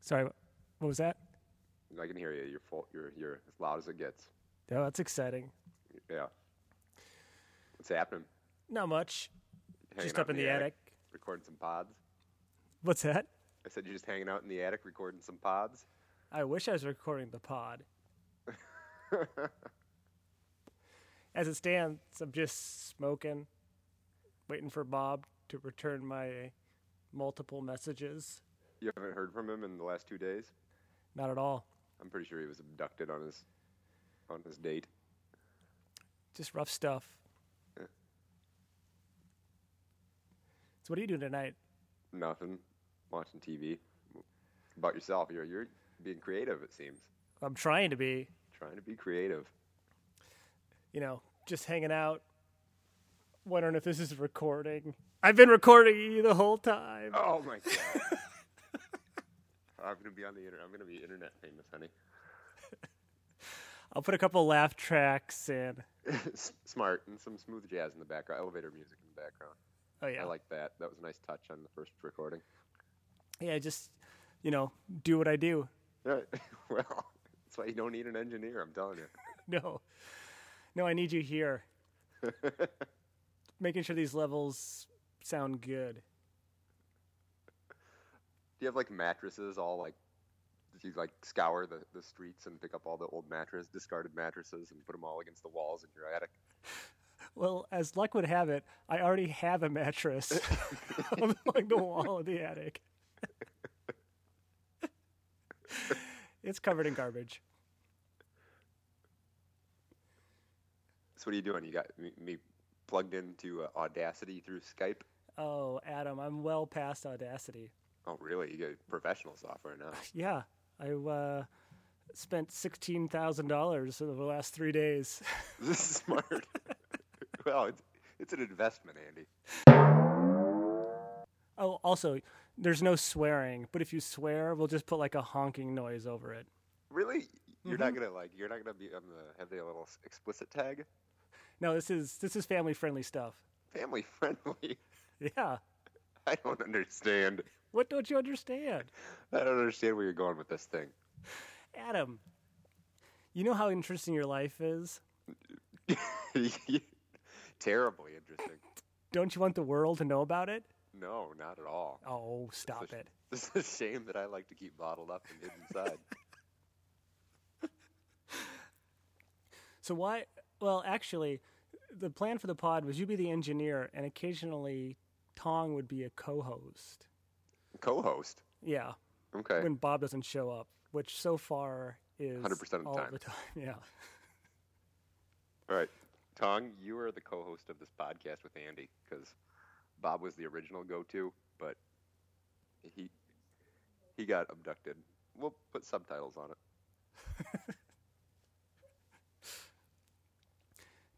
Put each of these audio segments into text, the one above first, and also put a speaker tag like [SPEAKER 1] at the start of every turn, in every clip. [SPEAKER 1] Sorry, what was that?
[SPEAKER 2] I can hear you. You're full, you're you're as loud as it gets.
[SPEAKER 1] Oh, that's exciting.
[SPEAKER 2] Yeah. What's happening?
[SPEAKER 1] Not much.
[SPEAKER 2] Hanging
[SPEAKER 1] just
[SPEAKER 2] out
[SPEAKER 1] up in the attic.
[SPEAKER 2] recording some pods.
[SPEAKER 1] What's that?
[SPEAKER 2] I said you're just hanging out in the attic recording some pods.
[SPEAKER 1] I wish I was recording the pod. As it stands, I'm just smoking, waiting for Bob to return my multiple messages.
[SPEAKER 2] You haven't heard from him in the last two days.
[SPEAKER 1] Not at all.
[SPEAKER 2] I'm pretty sure he was abducted on his on his date.
[SPEAKER 1] Just rough stuff.
[SPEAKER 2] Yeah.
[SPEAKER 1] So, what are you doing tonight?
[SPEAKER 2] Nothing. Watching TV. About yourself. You're you're being creative. It seems.
[SPEAKER 1] I'm trying to be,
[SPEAKER 2] Trying to be creative.
[SPEAKER 1] you know, just hanging out, wondering if this is recording. I've been recording you the whole time.
[SPEAKER 2] Oh my god. I'm gonna be on the internet. I'm gonna be internet famous, honey.
[SPEAKER 1] I'll put a couple laugh tracks in.
[SPEAKER 2] S- Smart and some smooth jazz in the background. Elevator music in the background.
[SPEAKER 1] Oh yeah,
[SPEAKER 2] I like that. That was a nice touch on the first recording.
[SPEAKER 1] yeah. Just you know, do what I do.
[SPEAKER 2] Yeah, well, that's why you don't need an engineer. I'm telling you.
[SPEAKER 1] No, no, I need you here, making sure these levels sound good.
[SPEAKER 2] Do you have like mattresses all like? Do you like scour the, the streets and pick up all the old mattresses, discarded mattresses, and put them all against the walls in your attic?
[SPEAKER 1] Well, as luck would have it, I already have a mattress along the wall of the attic. it's covered in garbage.
[SPEAKER 2] So what are you doing? You got me, me plugged into uh, Audacity through Skype.
[SPEAKER 1] Oh, Adam, I'm well past audacity.
[SPEAKER 2] Oh, really? You got professional software now.
[SPEAKER 1] Yeah, I uh, spent sixteen thousand dollars over the last three days.
[SPEAKER 2] This is smart. well, it's, it's an investment, Andy.
[SPEAKER 1] Oh, also, there's no swearing, but if you swear, we'll just put like a honking noise over it.
[SPEAKER 2] Really? You're not gonna like. You're not gonna be on the. Have they a little s- explicit tag?
[SPEAKER 1] No, this is this is family friendly stuff.
[SPEAKER 2] Family friendly.
[SPEAKER 1] Yeah.
[SPEAKER 2] I don't understand.
[SPEAKER 1] What don't you understand?
[SPEAKER 2] I don't understand where you're going with this thing.
[SPEAKER 1] Adam, you know how interesting your life is?
[SPEAKER 2] Terribly interesting.
[SPEAKER 1] Don't you want the world to know about it?
[SPEAKER 2] No, not at all.
[SPEAKER 1] Oh, stop it.
[SPEAKER 2] This is a shame that I like to keep bottled up and hidden inside.
[SPEAKER 1] So why well, actually, the plan for the pod was you be the engineer and occasionally Tong would be a co-host.
[SPEAKER 2] Co-host.
[SPEAKER 1] Yeah.
[SPEAKER 2] Okay.
[SPEAKER 1] when Bob doesn't show up, which so far is
[SPEAKER 2] 100% of the
[SPEAKER 1] all
[SPEAKER 2] time.
[SPEAKER 1] the time. Yeah.
[SPEAKER 2] all right. Tong, you are the co-host of this podcast with Andy because Bob was the original go-to, but he he got abducted. We'll put subtitles on it.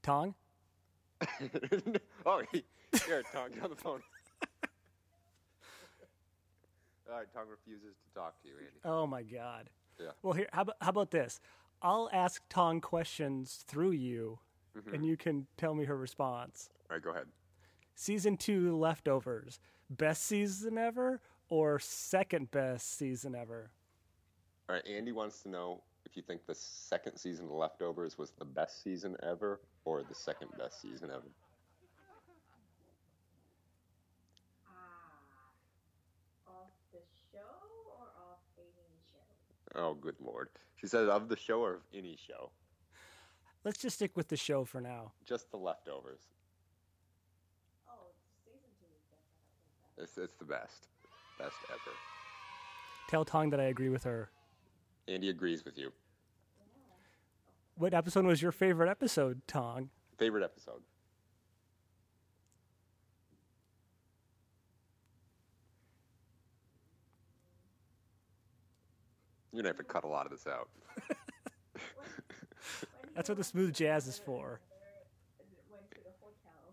[SPEAKER 1] Tong?
[SPEAKER 2] oh, he, here, Tong, get on the phone. All right, Tong refuses to talk to you, Andy.
[SPEAKER 1] Oh my God.
[SPEAKER 2] Yeah.
[SPEAKER 1] Well, here, how, about- how about this? I'll ask Tong questions through you,
[SPEAKER 2] Mm-hmm.
[SPEAKER 1] and you can tell me her response.
[SPEAKER 2] All right, go ahead.
[SPEAKER 1] Season two leftovers, best season ever or second best season ever?
[SPEAKER 2] All right, Andy wants to know if you think the second season of Leftovers was the best season ever or the second best season ever.
[SPEAKER 3] Ah, off the show or off any show?
[SPEAKER 2] Oh, good lord. She says of the show or of any show,
[SPEAKER 1] Let's just stick with the show for now.
[SPEAKER 2] just the Leftovers.
[SPEAKER 3] Oh, season two is definitely better.
[SPEAKER 2] It's, it's the best, best ever.
[SPEAKER 1] Tell Tong that I agree with her.
[SPEAKER 2] Andy agrees with you.
[SPEAKER 1] What episode was your favorite episode, Tong?
[SPEAKER 2] Favorite episode? You're gonna have to cut a lot of this out.
[SPEAKER 1] That's what the smooth jazz is for.
[SPEAKER 3] And it went to the hotel.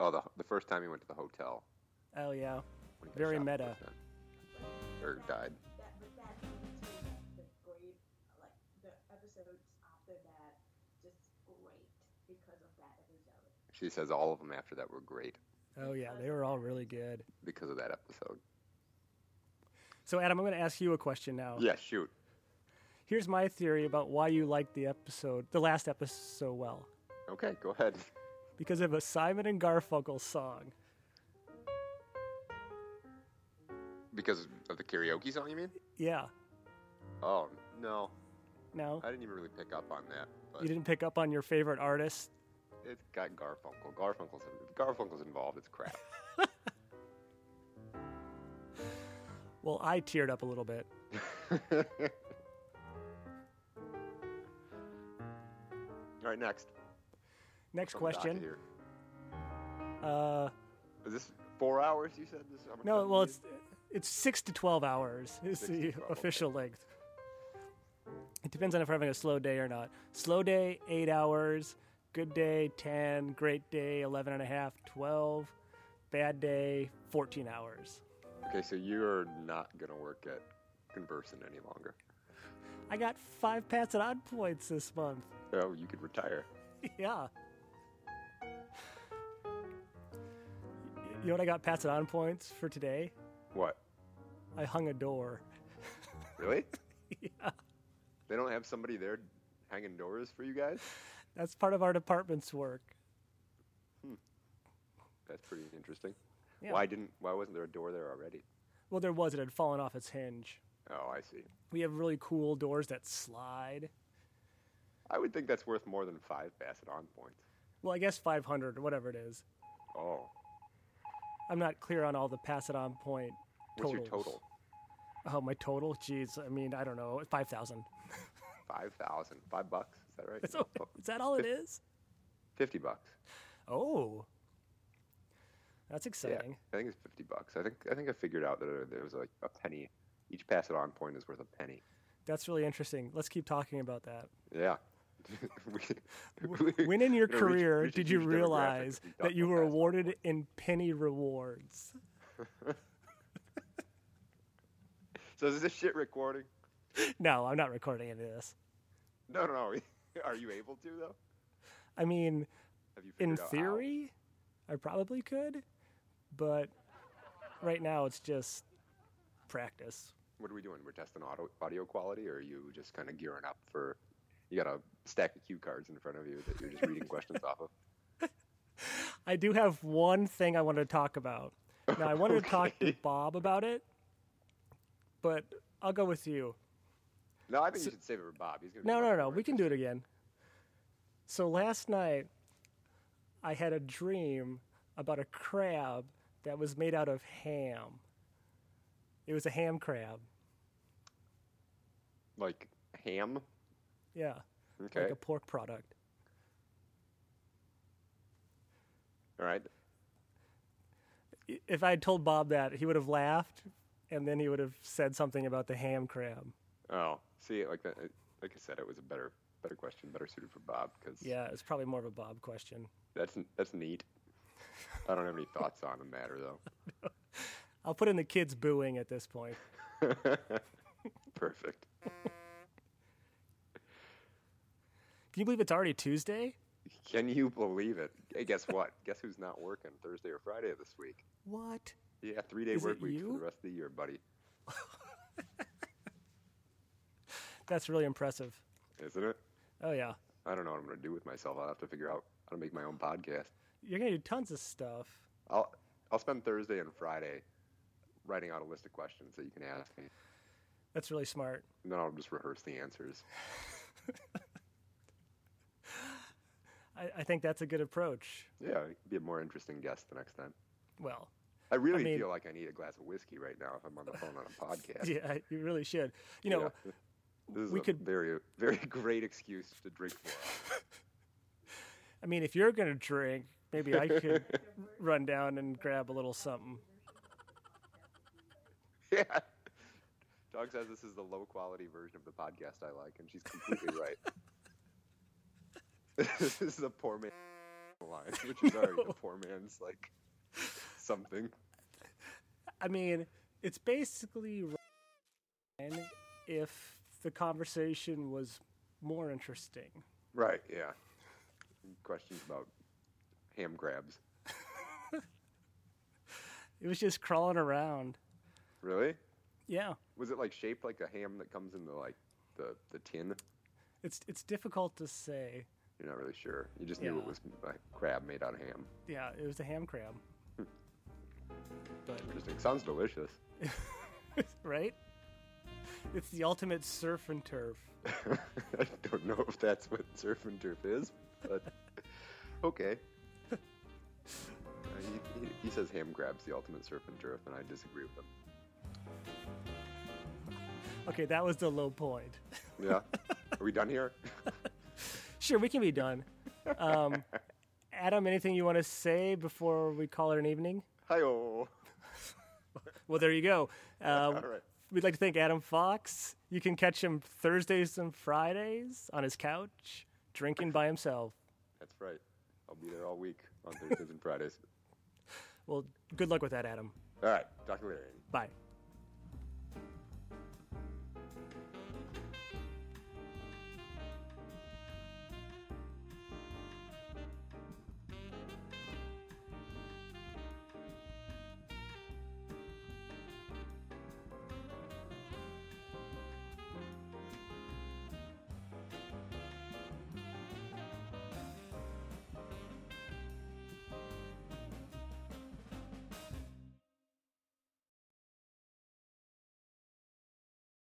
[SPEAKER 2] Oh, the, the first time he went to the hotel.
[SPEAKER 1] Oh, yeah.
[SPEAKER 2] when he got
[SPEAKER 1] Very
[SPEAKER 2] shot the
[SPEAKER 1] meta.
[SPEAKER 2] first time. Or Er, died.
[SPEAKER 3] That, but that season two, like, the great, like the episodes after that, just great because of that episode.
[SPEAKER 2] She says all of them after that were great
[SPEAKER 1] Oh yeah, they were all really good.
[SPEAKER 2] because of that episode.
[SPEAKER 1] So, Adam, I'm going to ask you a question now.
[SPEAKER 2] Yeah, shoot.
[SPEAKER 1] Here's my theory about why you liked the episode, the last episode, so well.
[SPEAKER 2] Okay, go ahead.
[SPEAKER 1] Because of a Simon and Garfunkel song.
[SPEAKER 2] Because of the karaoke song, you mean?
[SPEAKER 1] Yeah.
[SPEAKER 2] Oh no,
[SPEAKER 1] No,
[SPEAKER 2] I didn't even really pick up on that.
[SPEAKER 1] you
[SPEAKER 2] But
[SPEAKER 1] didn't pick up on your favorite artist.
[SPEAKER 2] it's got Garfunkel. Garfunkel's if Garfunkel's involved. It's crap.
[SPEAKER 1] Well, I teared up a little bit.
[SPEAKER 2] All right, next.
[SPEAKER 1] Next
[SPEAKER 2] From Doc
[SPEAKER 1] question.
[SPEAKER 2] here.
[SPEAKER 1] Uh,
[SPEAKER 2] Is this four hours? You said this. how much
[SPEAKER 1] no,
[SPEAKER 2] time
[SPEAKER 1] well,
[SPEAKER 2] it is?
[SPEAKER 1] it's it's six to twelve hours is
[SPEAKER 2] Six
[SPEAKER 1] the
[SPEAKER 2] to 12, okay.
[SPEAKER 1] official length. It depends on if we're having a slow day or not. Slow day, eight hours. Good day, 10. Great day, 11 and a half, 12. Bad day, 14 hours.
[SPEAKER 2] okay. So you are not gonna work at Conversant any longer.
[SPEAKER 1] I got five pats at odd points this month.
[SPEAKER 2] Oh, you could retire.
[SPEAKER 1] yeah. You know what I got pats at on points for today?
[SPEAKER 2] What?
[SPEAKER 1] I hung a door.
[SPEAKER 2] Really?
[SPEAKER 1] yeah.
[SPEAKER 2] They don't have somebody there hanging doors for you guys?
[SPEAKER 1] That's part of our department's work.
[SPEAKER 2] That's pretty interesting.
[SPEAKER 1] Yeah.
[SPEAKER 2] Why didn't? Why wasn't there a door there already?
[SPEAKER 1] Well, there was. It had fallen off its hinge.
[SPEAKER 2] Oh, I see.
[SPEAKER 1] We have really cool doors that slide.
[SPEAKER 2] I would think that's worth more than five Bassett on points.
[SPEAKER 1] Well, I guess 500 or whatever it is.
[SPEAKER 2] Oh,
[SPEAKER 1] I'm not clear on all the pass it on point
[SPEAKER 2] what's
[SPEAKER 1] totals.
[SPEAKER 2] your total?
[SPEAKER 1] Oh, my total? Jeez, I mean, I don't know. 5,000.
[SPEAKER 2] Five thousand. Five bucks. Is that right?
[SPEAKER 1] That's all-
[SPEAKER 2] Oh,
[SPEAKER 1] Is that all it is?
[SPEAKER 2] Fifty bucks.
[SPEAKER 1] Oh. That's exciting.
[SPEAKER 2] I think it's fifty bucks. I think I think I figured out that uh, there was like a penny. Each pass it on point is worth a penny.
[SPEAKER 1] That's really interesting. Let's keep talking about that.
[SPEAKER 2] Yeah.
[SPEAKER 1] When in your
[SPEAKER 2] We're gonna reach-
[SPEAKER 1] career
[SPEAKER 2] reach a
[SPEAKER 1] did you
[SPEAKER 2] huge demographic
[SPEAKER 1] realize
[SPEAKER 2] if we
[SPEAKER 1] that
[SPEAKER 2] don't
[SPEAKER 1] you
[SPEAKER 2] go
[SPEAKER 1] were
[SPEAKER 2] fast.
[SPEAKER 1] awarded in penny rewards?
[SPEAKER 2] So is this shit recording?
[SPEAKER 1] No, I'm not recording any of this.
[SPEAKER 2] No, no, no. Are you able to though?
[SPEAKER 1] I mean,
[SPEAKER 2] Have you
[SPEAKER 1] in
[SPEAKER 2] figured out how?
[SPEAKER 1] theory, I probably could, but right now it's just practice.
[SPEAKER 2] What are we doing? We're testing audio, audio quality, or are you just kind of gearing up for? You got a stack of cue cards in front of you that you're just reading questions off of.
[SPEAKER 1] I do have one thing I wanted to talk about. Now, I wanted to talk to
[SPEAKER 2] Okay.
[SPEAKER 1] Bob about it, but I'll go with you.
[SPEAKER 2] No, I
[SPEAKER 1] So-
[SPEAKER 2] think you should save it for Bob. He's gonna. be
[SPEAKER 1] No,
[SPEAKER 2] much
[SPEAKER 1] no, no.
[SPEAKER 2] more
[SPEAKER 1] We can do it again. So last night, I had a dream about a crab that was made out of ham. It was a ham crab.
[SPEAKER 2] interested. Like ham.
[SPEAKER 1] Yeah,
[SPEAKER 2] Okay.
[SPEAKER 1] like a pork product.
[SPEAKER 2] All right.
[SPEAKER 1] I- If I had told Bob that, he would have laughed, and then he would have said something about the ham crab.
[SPEAKER 2] Oh, see, like that. Like I said, it was a better, better question, better suited for Bob because
[SPEAKER 1] Yeah, it's probably more of a Bob question.
[SPEAKER 2] that's that's neat. I don't have any thoughts on the matter though.
[SPEAKER 1] I'll put in the kids booing at this point.
[SPEAKER 2] Perfect.
[SPEAKER 1] Can you believe it's already Tuesday?
[SPEAKER 2] Can you believe it? Hey, guess what? guess who's not working Thursday or Friday of this week?
[SPEAKER 1] What?
[SPEAKER 2] Yeah, three day
[SPEAKER 1] Is
[SPEAKER 2] work
[SPEAKER 1] it
[SPEAKER 2] week for
[SPEAKER 1] you?
[SPEAKER 2] the rest of the year, buddy.
[SPEAKER 1] That's really impressive.
[SPEAKER 2] Isn't it?
[SPEAKER 1] Oh yeah,
[SPEAKER 2] I don't know what I'm going to do with myself. I'll have to figure out how to make my own podcast.
[SPEAKER 1] you're gonna do tons of stuff.
[SPEAKER 2] I'll I'll spend Thursday and Friday writing out a list of questions that you can ask me,
[SPEAKER 1] That's really smart.
[SPEAKER 2] and then I'll just rehearse the answers.
[SPEAKER 1] I, I think that's a good approach.
[SPEAKER 2] Yeah, be a more interesting guest the next time.
[SPEAKER 1] Well,
[SPEAKER 2] I really
[SPEAKER 1] mean-
[SPEAKER 2] feel like I need a glass of whiskey right now if I'm on the phone on a podcast.
[SPEAKER 1] yeah, you really should. You know,
[SPEAKER 2] Yeah. this is
[SPEAKER 1] we
[SPEAKER 2] a
[SPEAKER 1] could-
[SPEAKER 2] very very great excuse to drink more.
[SPEAKER 1] I mean, if you're gonna drink, maybe I could run down and grab a little something.
[SPEAKER 2] yeah. Dog says this is the low quality version of the podcast I like, and she's completely right. this is a poor man line, which is already a poor man's like something.
[SPEAKER 1] I mean, it's basically Ryan if the conversation was more interesting.
[SPEAKER 2] Right, yeah. Questions about ham grabs.
[SPEAKER 1] It was just crawling around.
[SPEAKER 2] Really?
[SPEAKER 1] Yeah.
[SPEAKER 2] Was it like shaped like a ham that comes in the like the the tin?
[SPEAKER 1] It's it's difficult to say.
[SPEAKER 2] You're not really sure. You just knew it
[SPEAKER 1] Yeah.
[SPEAKER 2] was a crab made out of ham.
[SPEAKER 1] Yeah, it was a ham crab. Hmm. but
[SPEAKER 2] Interesting. Sounds delicious.
[SPEAKER 1] right? It's the ultimate surf and turf.
[SPEAKER 2] I don't know if that's what surf and turf is, but okay. Uh, he, he, he says ham grabs the ultimate surf and turf, and I disagree with him.
[SPEAKER 1] Okay, that was the low point.
[SPEAKER 2] Yeah. Are we done here?
[SPEAKER 1] Sure, we can be done. Um, Adam, anything you want to say before we call it an evening?
[SPEAKER 2] Hi oh.
[SPEAKER 1] Well, there you go.
[SPEAKER 2] All
[SPEAKER 1] Uh,
[SPEAKER 2] right.
[SPEAKER 1] we'd like to thank Adam Fox. You can catch him Thursdays and Fridays on his couch, drinking by himself.
[SPEAKER 2] That's right. I'll be there all week on Thursdays and Fridays.
[SPEAKER 1] Well, good luck with that, Adam.
[SPEAKER 2] All right. Talk to you later. Andy.
[SPEAKER 1] Bye.